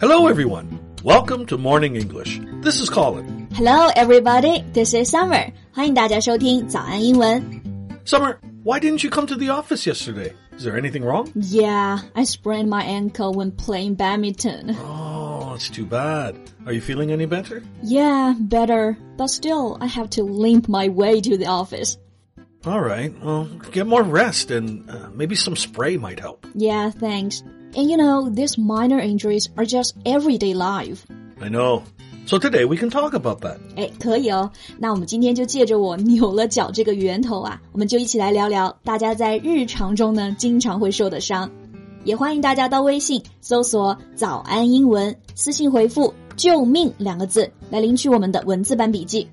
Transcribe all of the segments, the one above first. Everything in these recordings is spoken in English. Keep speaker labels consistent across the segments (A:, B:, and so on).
A: Hello, everyone. Welcome to Morning English. This is Colin.
B: Hello, everybody. This is Summer. 欢迎大家收听早安英文。
A: Summer, why didn't you come to the office yesterday? Is there anything wrong?
B: Yeah, I sprained my ankle when playing badminton.
A: Oh, it's too bad. Are you feeling any better?
B: Yeah, better. But still, I have to limp my way to the office.
A: All right. Well, get more rest and uh, maybe some spray might help.
B: Yeah, thanks. And you know, these minor injuries are just everyday life.
A: I know. So today we can talk about that.
B: 哎，可以哦。那我们今天就借着我扭了脚这个源头啊，我们就一起来聊聊大家在日常中呢经常会受的伤。也欢迎大家到微信搜索“早安英文”，私信回复“救命”两个字来领取我们的文字版笔记。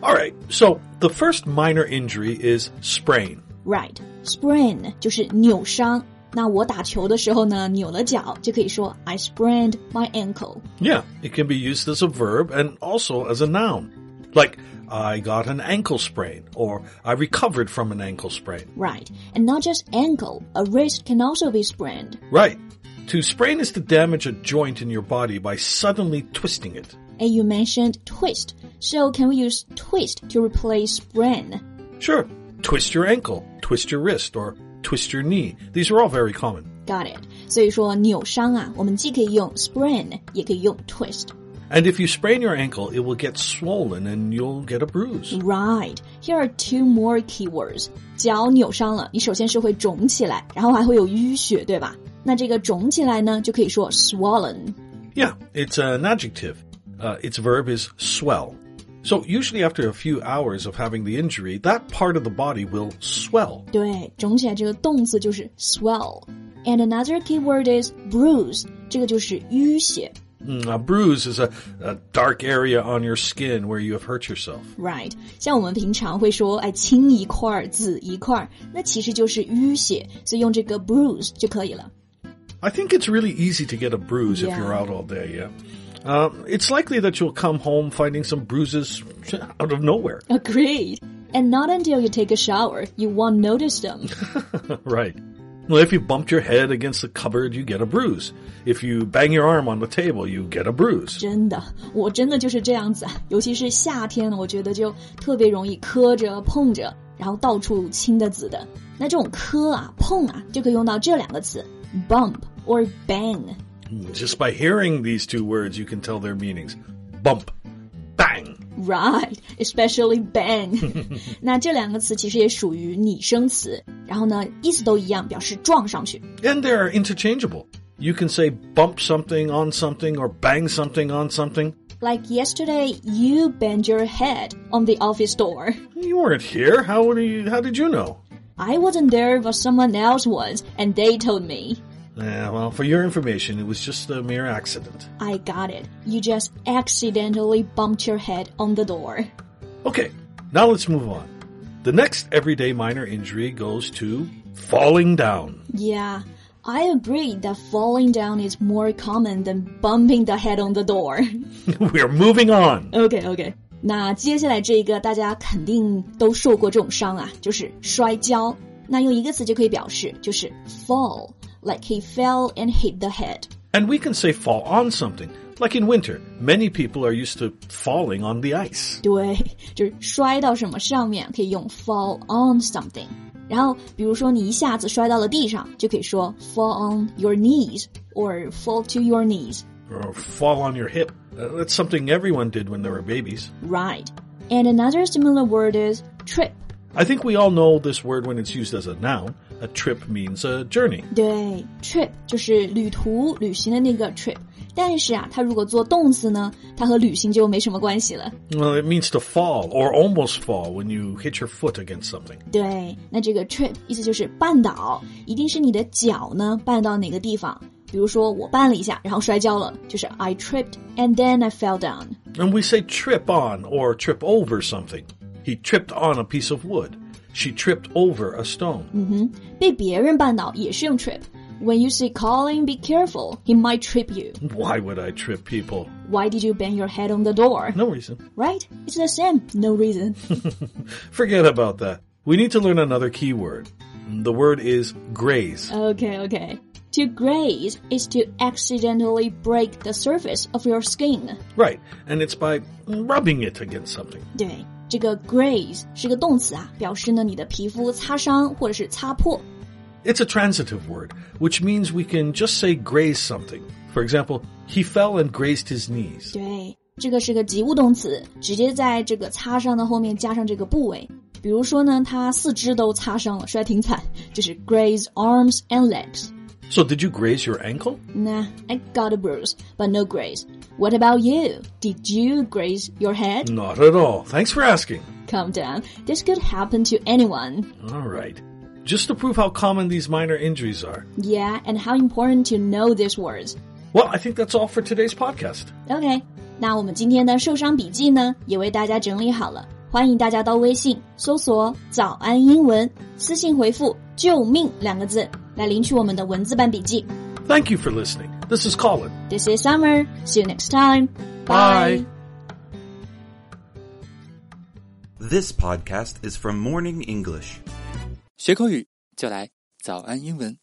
A: All right. So the first minor injury is sprain.
B: Right, sprain 就是扭伤。那我打球的时候呢，扭了脚，就可以说 I sprained my ankle。
A: Yeah, it can be used as a verb and also as a noun. Like, I got an ankle sprain or I recovered from an ankle sprain.
B: Right, and not just ankle, a wrist can also be sprained.
A: Right. To sprain is to damage a joint in your body by suddenly twisting it.
B: And you mentioned twist, so can we use twist to replace sprain?
A: Sure, twist your ankle, twist your wrist, or twist your knee. These are all very common.
B: Got it. 所以说扭伤啊，我们既可以用 sprain，也可以用 twist。
A: And if you sprain your ankle, it will get swollen and you'll get a bruise.
B: Right. Here are two more keywords. 脚扭伤了，你首先是会肿起来，然后还会有淤血，对吧？那这个肿起来呢，就可以说 swollen。
A: Yeah, it's an adjective. Uh, its verb is swell. So, usually after a few hours of having the injury, that part of the body will swell.
B: 对，肿起来这个动词就是 swell。And another keyword is bruise，这个就是淤血。
A: Mm, A bruise is a, a dark area on your skin where you have hurt yourself.
B: Right，像我们平常会说，哎，青一块儿，紫一块儿，那其实就是淤血，所以用这个 bruise 就可以了。
A: I think it's really easy to get a bruise if
B: Yeah.
A: you're out all day, yeah. Um, it's likely that you'll come home finding some bruises out of nowhere.
B: Agreed. And not until you take a shower, you won't notice them.
A: right. Well, if you bumped your head against the cupboard, you get a bruise. If you bang your arm on the table, you get a bruise.
B: 真的，我真的就是这样子啊，尤其是夏天，我觉得就特别容易磕着碰着，然后到处青的紫的。那这种磕啊、碰啊，就可以用到这两个词，bump or bang。
A: Just by hearing these two words, you can tell their meanings. Bump. Bang.
B: Right, especially bang。那这两个词其实也属于拟声词，然后呢，意思都一样，表示撞上去。
A: And they're interchangeable. You can say bump something on something or bang something on something.
B: Like yesterday, you banged your head on the office door.
A: You weren't here. How, would you, how did you know?
B: I wasn't there, but someone else was, and they told me.
A: Yeah, Uh, well, for your information, it was just a mere accident.
B: I got it. You just accidentally bumped your head on the door.
A: Okay, now let's move on. The next everyday minor injury goes to falling down.
B: Yeah, I agree that falling down is more common than bumping the head on the door.
A: We're moving on.
B: OK OK，那接下来这一个大家肯定都受过这种伤啊，就是摔跤。那用一个词就可以表示，就是 fall，like he fell and hit the head。
A: And we can say fall on something. Like in winter, many people are used to falling on the ice.
B: 对，就是摔到什么上面可以用 fall on something。然后，比如说你一下子摔到了地上，就可以说 fall on your knees or fall to your knees。
A: Or fall on your hip. Uh, that's something everyone did when they were babies.
B: Right. And another similar word is trip.
A: I think we all know this word when it's used as a noun. A trip means a journey.
B: 对，trip 就是旅途、旅行的那个 trip。但是啊，它如果做动词呢，它和旅行就没什么关系了。
A: Well, it means to fall or almost fall when you hit your foot against something.
B: 对，那这个 trip 意思就是绊倒，一定是你的脚呢绊到哪个地方。比如说我绊了一下，然后摔跤了，就是 I tripped and then I fell down。
A: And we say trip on or trip over something. He tripped on a piece of wood. She tripped over a stone.
B: 被别人绊倒也是用 trip。When you see Colin, be careful. He might trip you.
A: Why would I trip people?
B: Why did you bang your head on the door?
A: No reason.
B: Right? It's the same. No reason.
A: Forget about that. We need to learn another key word. The word is graze.
B: Okay, okay. To graze is to accidentally break the surface of your skin。
A: Right, and it's by rubbing it against something.
B: 对，这个 graze 是个动词啊，表示呢你的皮肤擦伤或者是擦破。
A: It's a transitive word, which means we can just say graze something. For example, he fell and grazed his knees.
B: 对，这个是个及物动词，直接在这个擦伤的后面加上这个部位。比如说呢，他四肢都擦伤了，摔挺惨，就是 graze arms and legs。
A: So, did you graze your ankle?
B: Nah, I got a bruise, but no graze. What about you? Did you graze your head?
A: Not at all. Thanks for asking.
B: Calm down. This could happen to anyone.
A: All right. Just to prove how common these minor injuries are.
B: Yeah, and how important to know these words.
A: Well, I think that's all for today's podcast.
B: OK，那我们今天的受伤笔记呢，也为大家整理好了。欢迎大家到微信搜索“早安英文”，私信回复“救命”两个字来领取我们的文字版笔记。
A: Thank you for listening. This is Colin.
B: This is Summer. See you next time.
A: Bye.
C: This podcast is from Morning English.
D: 学口语就来早安英文。